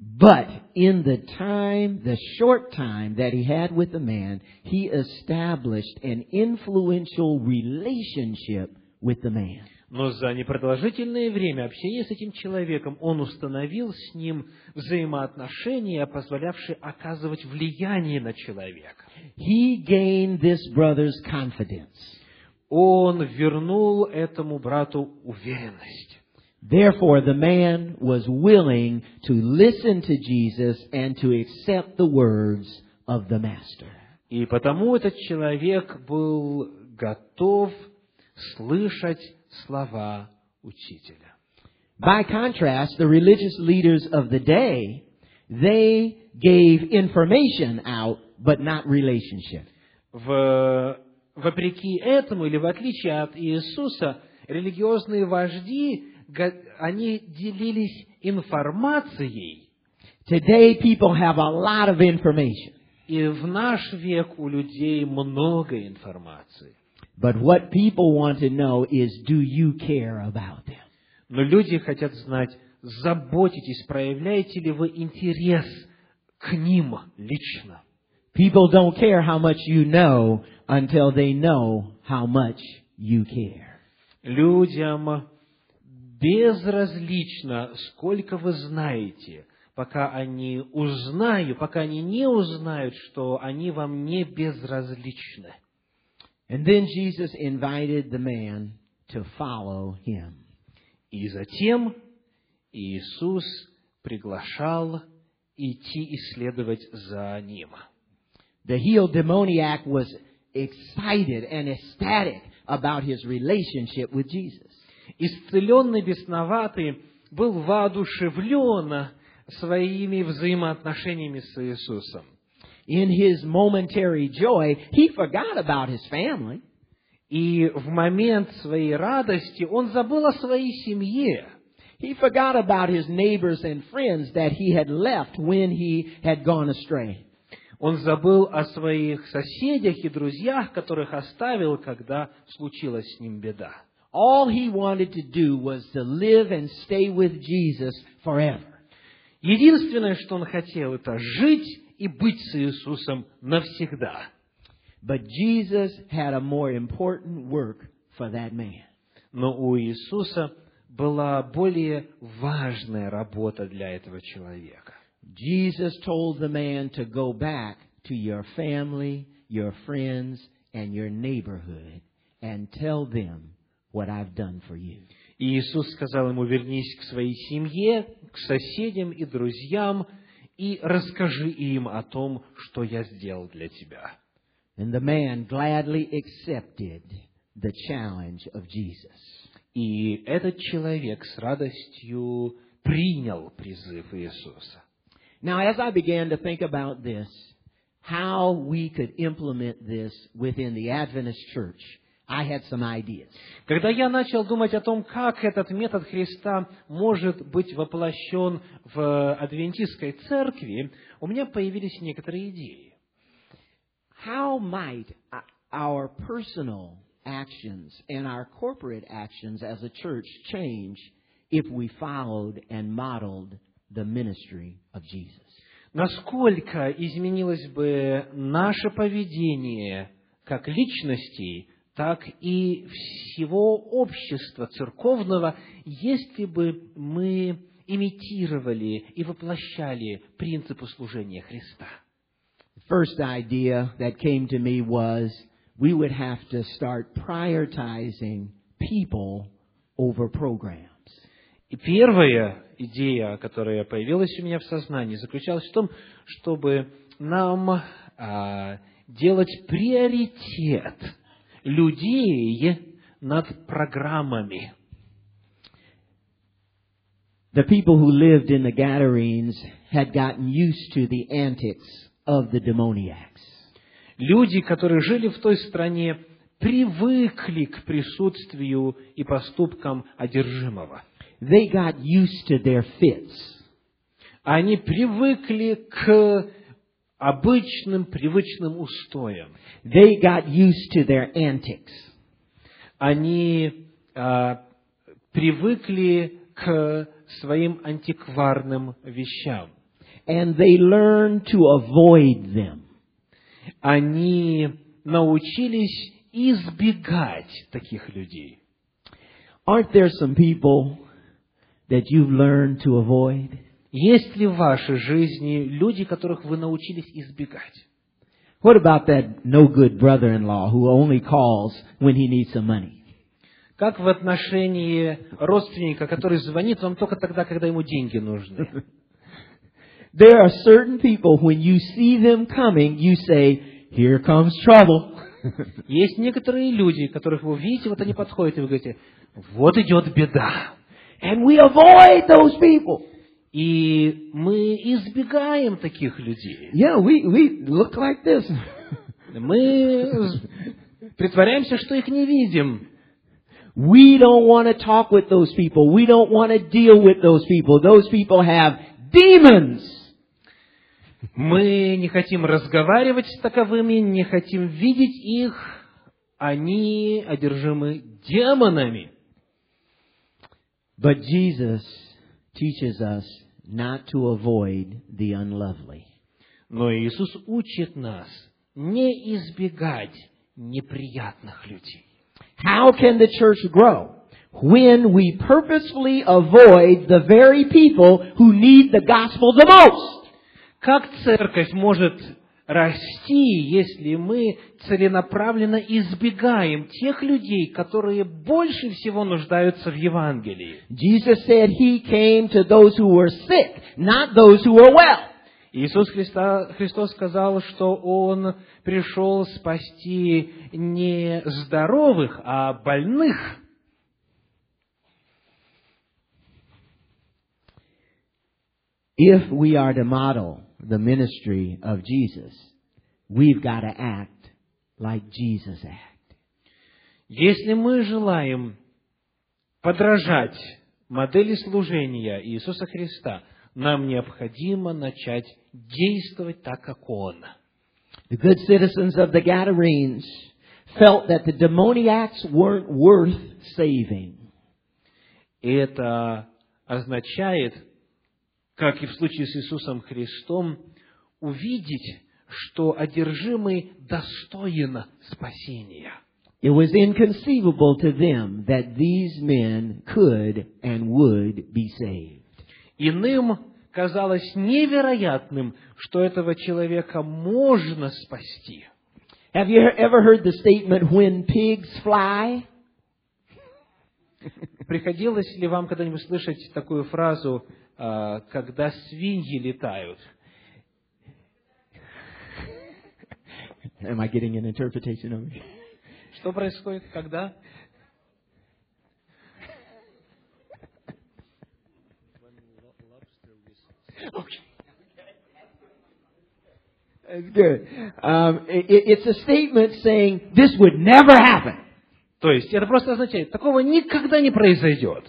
Speaker 1: But in the time, the short time that he had with the man, he established an influential relationship with the man.
Speaker 2: Но за непродолжительное время общения с этим человеком он установил с ним взаимоотношения, позволявшие оказывать влияние на человека.
Speaker 1: He gained this brother's confidence.
Speaker 2: Он вернул этому брату уверенность.
Speaker 1: Therefore, the man was willing to listen to Jesus and to accept the words of the Master.
Speaker 2: И потому этот человек был готов слышать слова учителя.
Speaker 1: By contrast, the religious leaders of the day, they gave information out, but not relationship.
Speaker 2: В- вопреки этому, или в отличие от Иисуса, религиозные вожди, га- они делились информацией.
Speaker 1: Today, people have a lot of information,
Speaker 2: И в наш век у людей много информации.
Speaker 1: but what people want to know is, do you care about them?
Speaker 2: Но люди хотят знать, заботитесь, проявляете ли вы интерес к ним лично?
Speaker 1: People don't care how much you know until they know how much you care.
Speaker 2: Людям безразлично, сколько вы знаете, пока они узнают, пока они не узнают, что они вам не безразличны.
Speaker 1: And then Jesus invited the man to follow him.
Speaker 2: И затем Иисус приглашал идти исследовать за ним.
Speaker 1: The healed demoniac was excited and ecstatic about his relationship with Jesus.
Speaker 2: Исцеленный бесноватый был воодушевлен своими взаимоотношениями с Иисусом.
Speaker 1: In his momentary joy, he forgot about his family.
Speaker 2: И в момент своей радости он забыл о своей семье.
Speaker 1: He forgot about his neighbors and friends that he had left when he had gone astray.
Speaker 2: Он забыл о своих соседях и друзьях, которых оставил, когда случилась с ним беда.
Speaker 1: All he wanted to do was to live and stay with Jesus forever.
Speaker 2: Единственное, что он хотел, это жить и быть с Иисусом навсегда.
Speaker 1: But Jesus had a more important work for that man.
Speaker 2: Но у Иисуса была более важная работа для этого человека.
Speaker 1: Jesus told the man to go back to your family, your friends, and your neighborhood and tell them what I've done for you.
Speaker 2: И Иисус сказал ему, вернись к своей семье, к соседям и друзьям, и расскажи им о том, что я сделал для тебя.
Speaker 1: And the man gladly accepted the challenge of Jesus.
Speaker 2: И этот человек с радостью принял призыв Иисуса.
Speaker 1: Now, as I began to think about this, how we could implement this within the Adventist church, I had some ideas.
Speaker 2: Когда я начал думать о том, как этот метод Христа может быть воплощен в адвентистской церкви, у меня появились некоторые идеи.
Speaker 1: How might o- our personal actions and our corporate actions as a church change if we followed and modeled the ministry of Jesus?
Speaker 2: Насколько изменилось бы наше поведение как личностей, так и всего общества церковного, если бы мы имитировали и воплощали принципы служения Христа.
Speaker 1: The first idea that came to me was we would have to start prioritizing people over programs.
Speaker 2: И первая идея, которая появилась у меня в сознании, заключалась в том, чтобы нам а, делать приоритет людей над программами.
Speaker 1: The people who lived in the Gadarenes had gotten used to the antics of the demoniacs.
Speaker 2: Люди, которые жили в той стране, привыкли к присутствию и поступкам одержимого.
Speaker 1: They got used to their fits.
Speaker 2: Они привыкли к обычным, привычным устоям.
Speaker 1: They got used to their antics.
Speaker 2: они а, привыкли к своим антикварным вещам.
Speaker 1: And they learned to avoid them.
Speaker 2: Они научились избегать таких людей.
Speaker 1: Aren't there some people that you've learned to avoid?
Speaker 2: Есть ли в вашей жизни люди, которых вы научились избегать?
Speaker 1: What about that no good brother in law who only calls when he needs some money?
Speaker 2: Как в отношении родственника, который звонит вам только тогда, когда ему деньги нужны?
Speaker 1: There are certain people, when you see them coming, you say, Here comes trouble.
Speaker 2: Есть некоторые люди, которых вы видите, вот они подходят, и вы говорите, вот идет беда.
Speaker 1: and we avoid those people.
Speaker 2: И мы избегаем таких людей.
Speaker 1: Yeah, we, we look like this.
Speaker 2: Мы с- притворяемся, что их не видим.
Speaker 1: We don't want to talk with those people. We don't want to deal with those people. Those people have demons.
Speaker 2: Мы не хотим разговаривать с таковыми, не хотим видеть их. Они одержимы демонами.
Speaker 1: But Jesus teaches us not to avoid the unlovely.
Speaker 2: Но Иисус учит нас не избегать неприятных людей.
Speaker 1: How can the church grow? When we purposefully avoid the very people who need the gospel the most.
Speaker 2: Как церковь может расти, если мы целенаправленно избегаем тех людей, которые больше всего нуждаются в Евангелии?
Speaker 1: Jesus said he came to those who were sick, not those who were well.
Speaker 2: Иисус Христа- Христос сказал, что Он пришел спасти не здоровых, а больных.
Speaker 1: If we are to model the ministry of Jesus, we've got to act like Jesus acted.
Speaker 2: Если мы желаем подражать модели служения Иисуса Христа, нам необходимо начать действовать так, как Он.
Speaker 1: The good citizens of the Gadarenes felt that the demoniacs weren't worth saving.
Speaker 2: Это означает, как и в случае с Иисусом Христом, увидеть, что одержимый достоин спасения.
Speaker 1: It was inconceivable to them that these men could and would be saved.
Speaker 2: Иным казалось невероятным, что этого человека можно спасти.
Speaker 1: Have you ever heard the statement, when pigs fly?
Speaker 2: Приходилось ли вам когда-нибудь слышать такую фразу, а, когда свиньи летают?
Speaker 1: Am I getting an interpretation of it?
Speaker 2: Что происходит, когда?
Speaker 1: It's good. Um, i- i- it's a statement saying this would never happen.
Speaker 2: То есть, это просто означает, такого никогда не произойдет.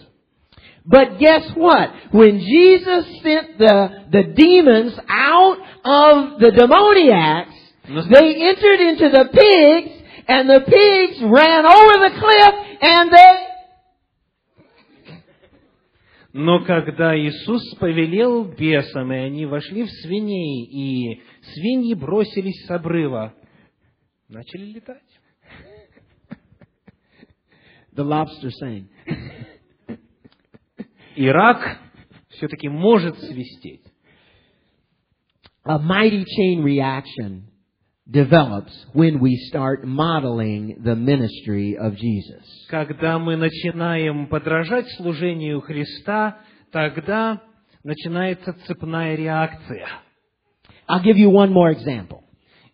Speaker 1: But guess what? When Jesus sent the, the demons out of the demoniacs,
Speaker 2: Listen.
Speaker 1: they entered into the pigs, and the pigs ran over the cliff, and they...
Speaker 2: Но когда Иисус повелел бесам, и они вошли в свиней, и свиньи бросились с обрыва, начали летать.
Speaker 1: The lobster sang.
Speaker 2: И рак все-таки может свистеть.
Speaker 1: A mighty chain reaction develops when we start modeling the ministry of Jesus.
Speaker 2: Когда мы начинаем подражать служению Христа, тогда начинается цепная реакция.
Speaker 1: I'll give you one more example.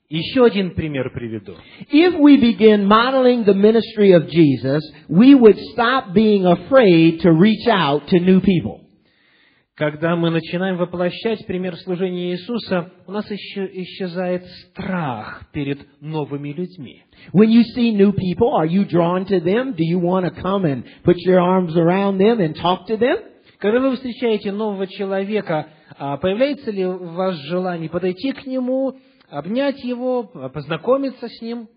Speaker 2: Еще один пример приведу.
Speaker 1: If we begin modeling the ministry of Jesus, we would stop being afraid to reach out to new people.
Speaker 2: Когда мы начинаем воплощать пример служения Иисуса, у нас исче- исчезает страх перед новыми людьми.
Speaker 1: When you see new people, are you drawn to them? Do you want to come and put your arms around them and talk to them?
Speaker 2: Когда вы встречаете нового человека, а, появляется ли у вас желание подойти к нему, обнять его, а, познакомиться с ним?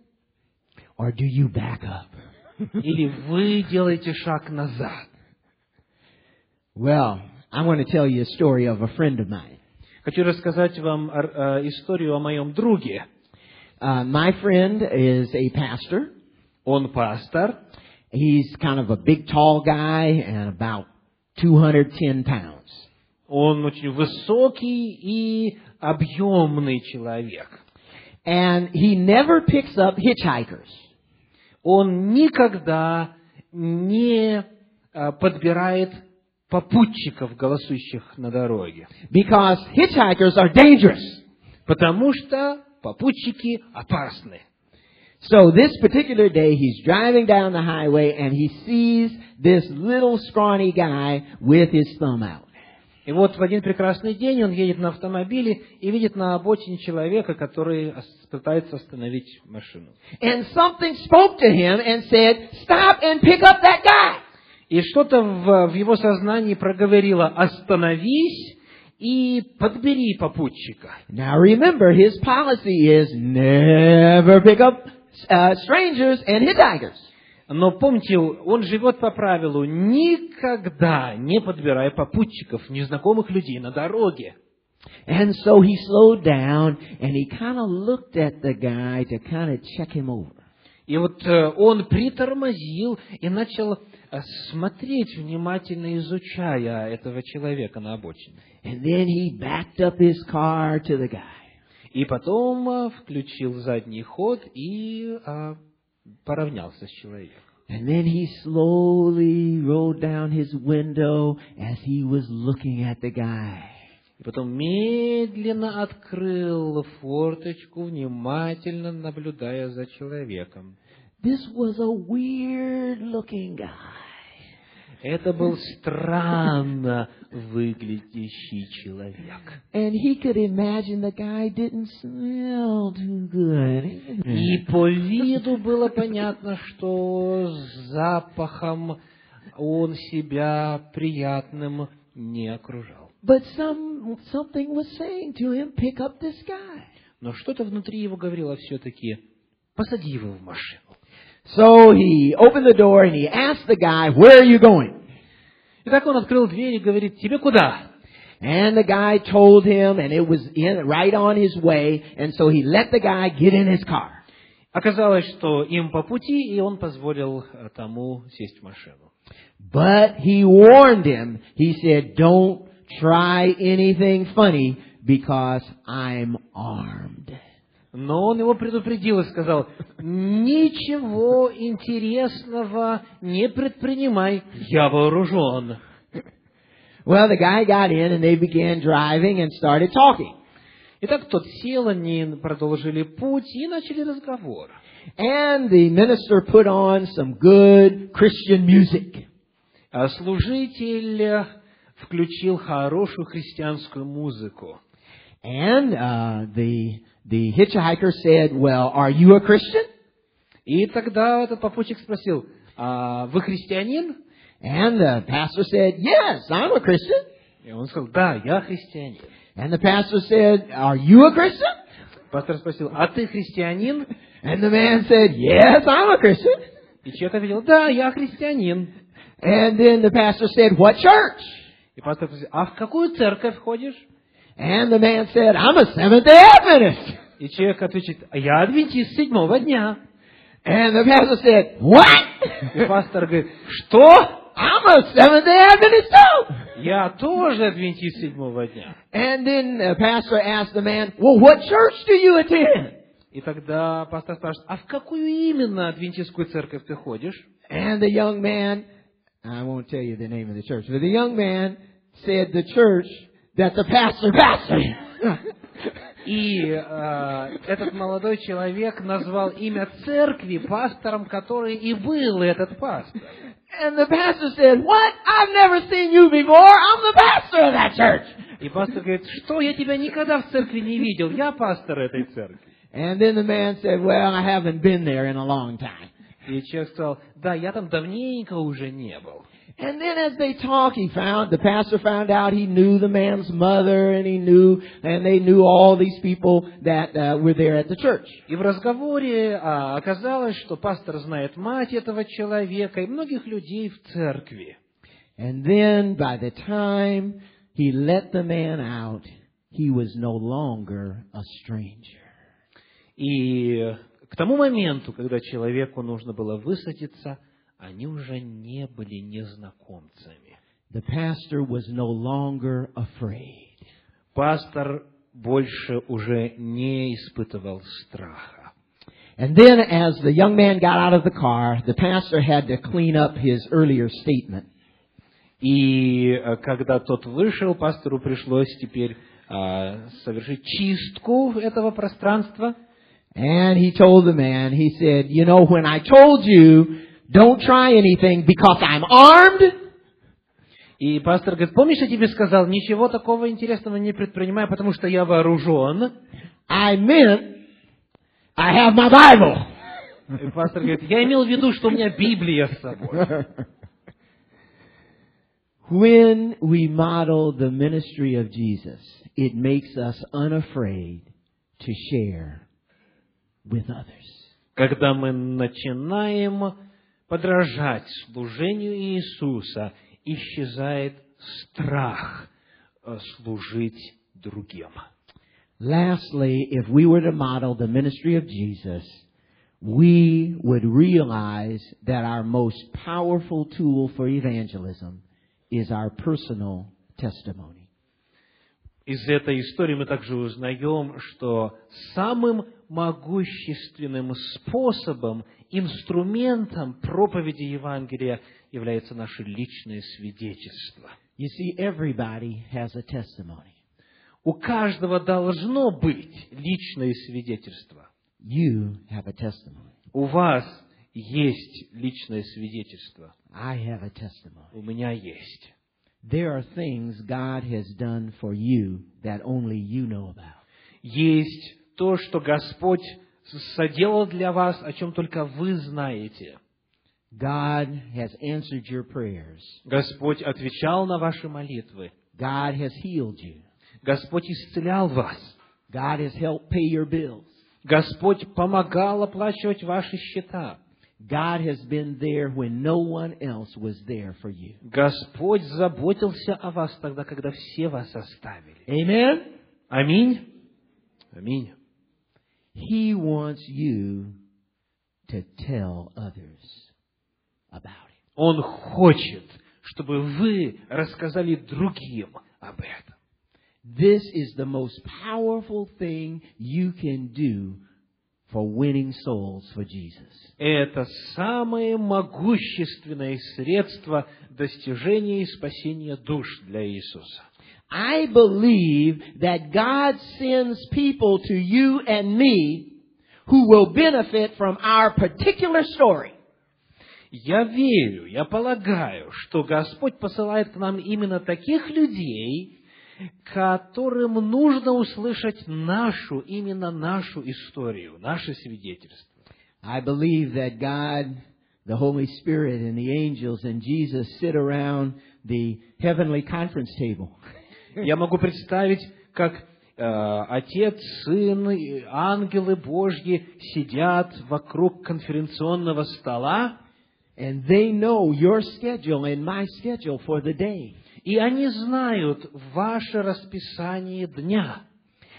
Speaker 1: Or do you back up?
Speaker 2: Или вы делаете шаг назад?
Speaker 1: Well, I want to tell you a story of a friend of mine.
Speaker 2: Хочу рассказать вам о- э, историю о моем друге.
Speaker 1: Uh, my friend is a pastor.
Speaker 2: Он пастор,
Speaker 1: He's kind of a big, tall guy and about 210 pounds.
Speaker 2: он очень высокий и объемный человек.
Speaker 1: And he never picks up hitchhikers.
Speaker 2: Он никогда не э, подбирает попутчиков, голосующих на дороге.
Speaker 1: Because hitchhikers are dangerous.
Speaker 2: Потому что попутчики опасны.
Speaker 1: So this particular day, he's driving down the highway and he sees this little scrawny guy with his thumb out.
Speaker 2: И вот в один прекрасный день он едет на автомобиле и видит на обочине человека, который ос- пытается остановить машину.
Speaker 1: And something spoke to him and said, stop and pick up that guy.
Speaker 2: И что-то в, в его сознании проговорило «остановись и подбери попутчика».
Speaker 1: Now remember, his policy is never pick up uh, strangers and hitchhikers.
Speaker 2: Но помните, он живет по правилу, никогда не подбирая попутчиков, незнакомых людей на дороге.
Speaker 1: And so he slowed down and he kind of looked at the guy to kind of check him over.
Speaker 2: И вот э, он притормозил и начал э, смотреть, внимательно изучая этого человека на обочине.
Speaker 1: And then he backed up his car to the guy.
Speaker 2: И потом э, включил задний ход и э, поравнялся с человеком.
Speaker 1: And then he slowly rolled down his window as he was looking at the guy.
Speaker 2: И потом медленно открыл форточку, внимательно наблюдая за человеком.
Speaker 1: This was a weird looking guy.
Speaker 2: Это был странно выглядящий человек.
Speaker 1: And he could imagine the guy didn't smell too good.
Speaker 2: И по виду было понятно, что с запахом он себя приятным не окружал.
Speaker 1: But some something was saying to him, pick up this guy.
Speaker 2: Но что-то внутри его говорило все-таки, посади его в машину.
Speaker 1: So he opened the door and he asked the guy, where are you going?
Speaker 2: Итак, он открыл дверь и говорит, тебе куда?
Speaker 1: And the guy told him and it was in, right on his way and so he let the guy get in his car.
Speaker 2: Оказалось, что им по пути, и он позволил э, тому сесть в машину.
Speaker 1: But he warned him. He said, don't try anything funny because I'm armed.
Speaker 2: Но он его предупредил и сказал, ничего интересного не предпринимай, я вооружен.
Speaker 1: Well, the guy got in and they began driving and started talking.
Speaker 2: Итак, тот сел, они продолжили путь и начали разговор.
Speaker 1: And the minister put on some good Christian music.
Speaker 2: А служитель э, включил хорошую христианскую музыку.
Speaker 1: And uh, the the hitchhiker said, "Well, are you a Christian?"
Speaker 2: И тогда этот попутчик спросил, «А вы христианин?
Speaker 1: And the pastor said, "Yes, I'm a Christian."
Speaker 2: И он сказал, да, я христианин.
Speaker 1: And the pastor said, "Are you a Christian?"
Speaker 2: Пастор спросил, а ты христианин?
Speaker 1: And the man said, "Yes, I'm a Christian."
Speaker 2: И человек ответил, да, я христианин.
Speaker 1: And then the pastor said, What church?
Speaker 2: И пастор спросил, а в какую церковь ходишь?
Speaker 1: And the man said, I'm a Seventh day Adventist.
Speaker 2: И человек отвечает, «А я адвентист седьмого дня.
Speaker 1: And the pastor said, What?
Speaker 2: И пастор говорит, что?
Speaker 1: I'm a Seventh day Adventist too.
Speaker 2: Я тоже адвентист седьмого дня.
Speaker 1: And then the pastor asked the man, Well, what church do you attend?
Speaker 2: И тогда пастор спрашивает, а в какую именно адвентистскую церковь ты ходишь?
Speaker 1: And the young man, I won't tell you the name of the church, but the young man said the church that the pastor pastored.
Speaker 2: И э, этот молодой человек назвал имя церкви пастором, который и был этот пастор.
Speaker 1: and the pastor said, What? I've never seen you before. I'm the pastor of that church.
Speaker 2: И пастор говорит, что я тебя никогда в церкви не видел, я пастор этой церкви.
Speaker 1: And then the man said, Well, I haven't been there in a long time.
Speaker 2: И человек сказал, да, я там давненько уже не был.
Speaker 1: And then as they talked, he found, the pastor found out he knew the man's mother and he knew, and they knew all these people that uh, were there at the church.
Speaker 2: И в разговоре а, оказалось, что пастор знает мать этого человека и многих людей в церкви.
Speaker 1: And then by the time he let the man out, he was no longer a stranger.
Speaker 2: И к тому моменту, когда человеку нужно было высадиться, они уже не были незнакомцами.
Speaker 1: The pastor was no longer afraid.
Speaker 2: Пастор больше уже не испытывал страха.
Speaker 1: And then as the young man got out of the car, the pastor had to clean up his earlier statement.
Speaker 2: И э, когда тот вышел, пастору пришлось теперь а, совершить чистку этого пространства.
Speaker 1: And he told the man, he said, you know, when I told you, don't try anything because I'm armed,
Speaker 2: И пастор говорит, помнишь, я тебе сказал, ничего такого интересного не предпринимай, потому что я вооружен.
Speaker 1: I meant I have my Bible.
Speaker 2: И пастор говорит, я имел в виду, что у меня Библия с собой.
Speaker 1: When we model the ministry of Jesus, it makes us unafraid to share with others.
Speaker 2: Когда мы начинаем подражать служению Иисуса, исчезает страх э, служить другим.
Speaker 1: Lastly, if we were to model the ministry of Jesus, we would realize that our most powerful tool for evangelism is our personal testimony.
Speaker 2: Из этой истории мы также узнаем, что самым могущественным способом, инструментом проповеди Евангелия является наше личное свидетельство.
Speaker 1: You see, everybody has a testimony.
Speaker 2: У каждого должно быть личное свидетельство.
Speaker 1: You have a testimony.
Speaker 2: У вас есть личное свидетельство.
Speaker 1: I have a testimony.
Speaker 2: У меня есть.
Speaker 1: There are things God has done for you that only you know about.
Speaker 2: Есть то, что Господь соделал для вас, о чем только вы знаете.
Speaker 1: God has answered your prayers.
Speaker 2: Господь отвечал на ваши молитвы.
Speaker 1: God has healed you.
Speaker 2: Господь исцелял вас.
Speaker 1: God has helped pay your bills.
Speaker 2: Господь помогал оплачивать ваши счета.
Speaker 1: God has been there when no one else was there for you.
Speaker 2: Господь заботился о вас тогда, когда все вас оставили.
Speaker 1: Amen?
Speaker 2: Аминь. Аминь.
Speaker 1: He wants you to tell others about it.
Speaker 2: Он хочет, чтобы вы рассказали другим об этом.
Speaker 1: This is the most powerful thing you can do for winning souls for Jesus.
Speaker 2: Это самое могущественное средство достижения и спасения душ для Иисуса.
Speaker 1: I believe that God sends people to you and me who will benefit from our particular story.
Speaker 2: Я верю, я полагаю, что Господь посылает к нам именно таких людей, которым нужно услышать нашу, именно нашу историю, наше свидетельство.
Speaker 1: I believe that God, the Holy Spirit, and the angels and Jesus sit around the heavenly conference table.
Speaker 2: Я могу представить, как э, Отец, Сын, и ангелы Божьи сидят вокруг конференционного стола,
Speaker 1: And they know your schedule and my schedule for the day.
Speaker 2: и они знают ваше расписание дня.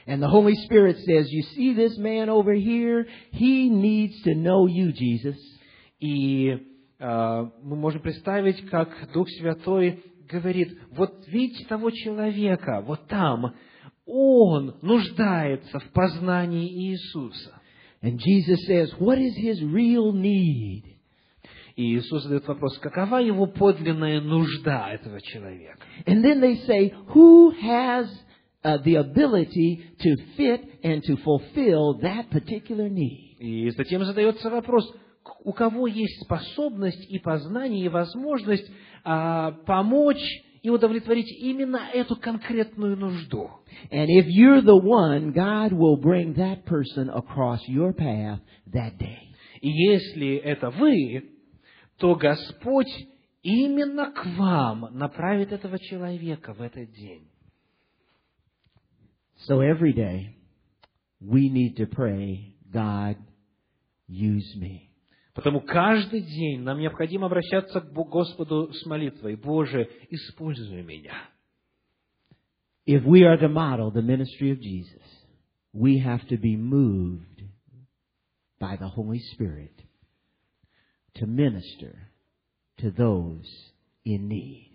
Speaker 1: And the Holy Spirit says, You see this man over here? He needs to know you, Jesus.
Speaker 2: И э, мы можем представить, как Дух Святой говорит, вот видите того человека, вот там, он нуждается в познании Иисуса.
Speaker 1: And Jesus says, What is his real need?
Speaker 2: И Иисус задает вопрос, какова его подлинная нужда этого человека?
Speaker 1: And then they say, Who has uh, the ability to fit and to fulfill that particular need?
Speaker 2: И затем задается вопрос, к- у кого есть способность и познание, и возможность а, помочь и удовлетворить именно эту конкретную нужду.
Speaker 1: And if you're the one, God will bring that person across your path that day.
Speaker 2: И если это вы, то Господь именно к вам направит этого человека в этот день.
Speaker 1: So every day, we need to pray, God, use me.
Speaker 2: Потому каждый день нам необходимо обращаться к Бо- Господу с молитвой. Боже, используй меня.
Speaker 1: If we are to model the ministry of Jesus, we have to be moved by the Holy Spirit to minister to those in need.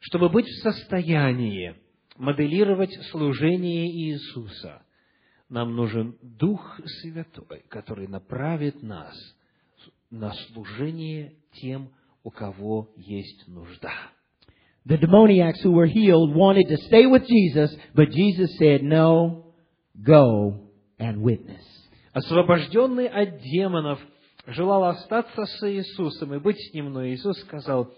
Speaker 2: чтобы быть в состоянии моделировать служение Иисуса, нам нужен Дух Святой, который направит нас на служение тем, у кого есть нужда.
Speaker 1: The demoniacs who were healed wanted to stay with Jesus, but Jesus said, no, go and witness.
Speaker 2: Освобожденный от демонов, желал остаться с Иисусом и быть с Ним, но Иисус сказал,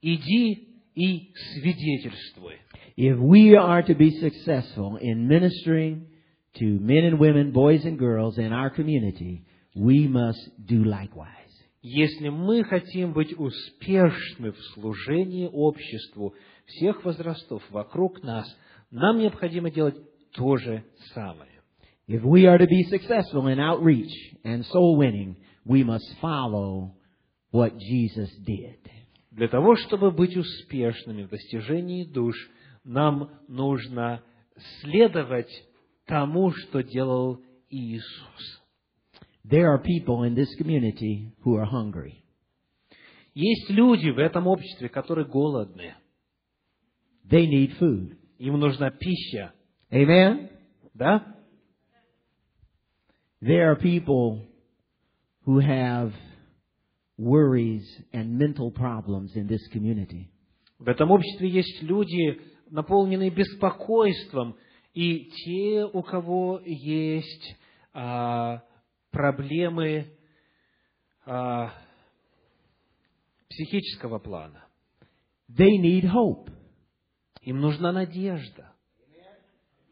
Speaker 2: «Иди и свидетельствуй».
Speaker 1: If we are to be successful in ministering to men and women, boys and girls in our community, we must do likewise.
Speaker 2: Если мы хотим быть успешны в служении обществу всех возрастов вокруг нас, нам необходимо делать то же самое.
Speaker 1: If we are to be successful in outreach and soul winning, we must follow what Jesus did.
Speaker 2: Для того, чтобы быть успешными в достижении душ, нам нужно следовать тому, что делал Иисус.
Speaker 1: There are people in this community who are hungry.
Speaker 2: Есть люди в этом обществе, которые голодны.
Speaker 1: They need food.
Speaker 2: Им нужна пища,
Speaker 1: Amen?
Speaker 2: да?
Speaker 1: There are people who have worries and mental problems in this community.
Speaker 2: В этом обществе есть люди, наполненные беспокойством, и те, у кого есть а, проблемы а, психического плана.
Speaker 1: They need hope.
Speaker 2: Им нужна надежда.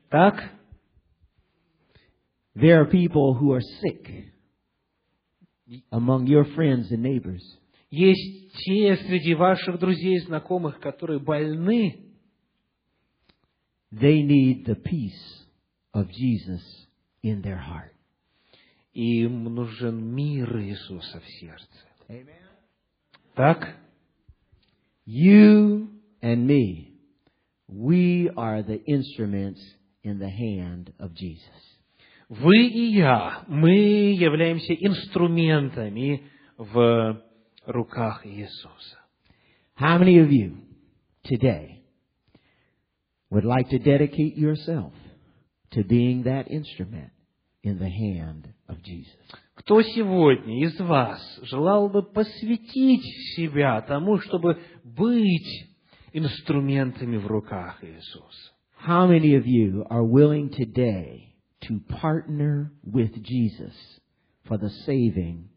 Speaker 2: Так?
Speaker 1: There are people who are sick among your friends and neighbors.
Speaker 2: Есть те среди ваших друзей и знакомых, которые больны,
Speaker 1: They need the peace of Jesus in their heart.
Speaker 2: и им нужен мир Иисуса в сердце.
Speaker 1: Amen.
Speaker 2: Так?
Speaker 1: You and me, we are the instruments in the hand of Jesus.
Speaker 2: Вы и я, мы являемся инструментами в руках Иисуса.
Speaker 1: How many of you today would like to dedicate yourself to being that instrument in the hand of Jesus?
Speaker 2: Кто сегодня из вас желал бы посвятить себя тому, чтобы быть инструментами в руках Иисуса?
Speaker 1: How many of you are willing today to partner with Jesus for the saving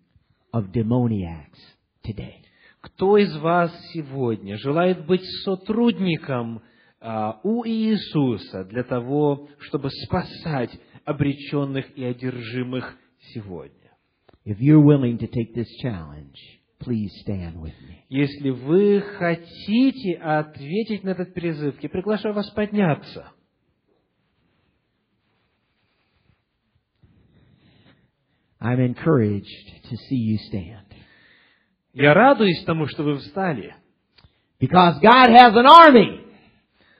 Speaker 1: of demoniacs today?
Speaker 2: Кто из вас сегодня желает быть сотрудником а, у Иисуса для того, чтобы спасать обреченных и одержимых сегодня?
Speaker 1: If you're willing to take this challenge, please stand with me.
Speaker 2: Если вы хотите ответить на этот призыв, я приглашаю вас подняться.
Speaker 1: I'm encouraged to see you stand.
Speaker 2: Я радуюсь тому, что вы встали,
Speaker 1: Because God has an army,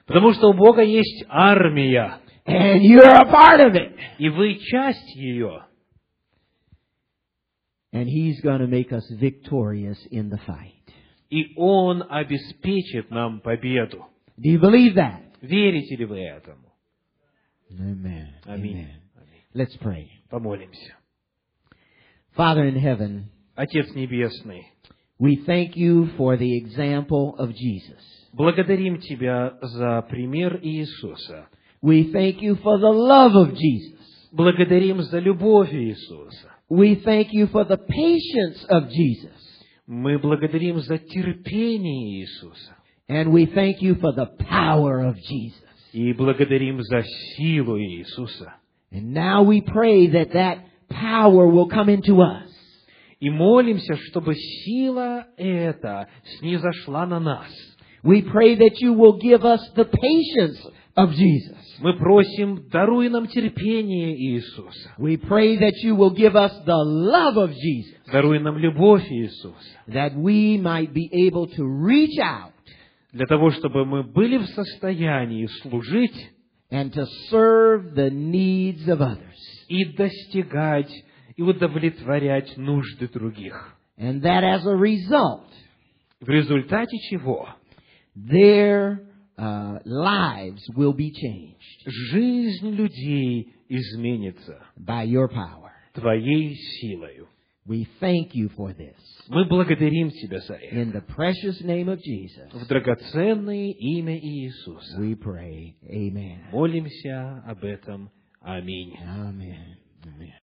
Speaker 2: потому что у Бога есть армия,
Speaker 1: and you're a part of it.
Speaker 2: и вы часть ее,
Speaker 1: And He's gonna make us victorious in the fight.
Speaker 2: и Он обеспечит нам победу.
Speaker 1: Do you believe that?
Speaker 2: Верите ли вы этому?
Speaker 1: Amen.
Speaker 2: Аминь.
Speaker 1: Amen.
Speaker 2: Аминь.
Speaker 1: Let's pray.
Speaker 2: Помолимся.
Speaker 1: Father in heaven,
Speaker 2: Отец Небесный,
Speaker 1: We thank you for the example of Jesus.
Speaker 2: благодарим Тебя за пример Иисуса.
Speaker 1: We thank you for the love of Jesus.
Speaker 2: Благодарим за любовь Иисуса.
Speaker 1: We thank you for the patience of Jesus.
Speaker 2: Мы благодарим за терпение Иисуса.
Speaker 1: And we thank you for the power of Jesus.
Speaker 2: И благодарим за силу Иисуса.
Speaker 1: And now we pray that that power will come into us.
Speaker 2: И молимся, чтобы сила эта снизошла на нас.
Speaker 1: We pray that you will give us the patience of Jesus.
Speaker 2: Мы просим, даруй нам терпение Иисуsa.
Speaker 1: We pray that you will give us the love of Jesus,
Speaker 2: Даруй нам любовь Иисуса.
Speaker 1: that we might be able to reach out
Speaker 2: Для того, чтобы мы были в состоянии служить
Speaker 1: and to serve the needs of others.
Speaker 2: и достигать, и удовлетворять нужды других.
Speaker 1: And that as a result,
Speaker 2: В результате чего
Speaker 1: their uh, lives will be changed
Speaker 2: жизнь людей изменится
Speaker 1: by your power.
Speaker 2: Твоей силою.
Speaker 1: We thank you for this.
Speaker 2: Мы благодарим Тебя за это.
Speaker 1: In the precious name of Jesus,
Speaker 2: В драгоценное имя Иисуса.
Speaker 1: we pray. Amen.
Speaker 2: Молимся об этом. Аминь.
Speaker 1: Amen.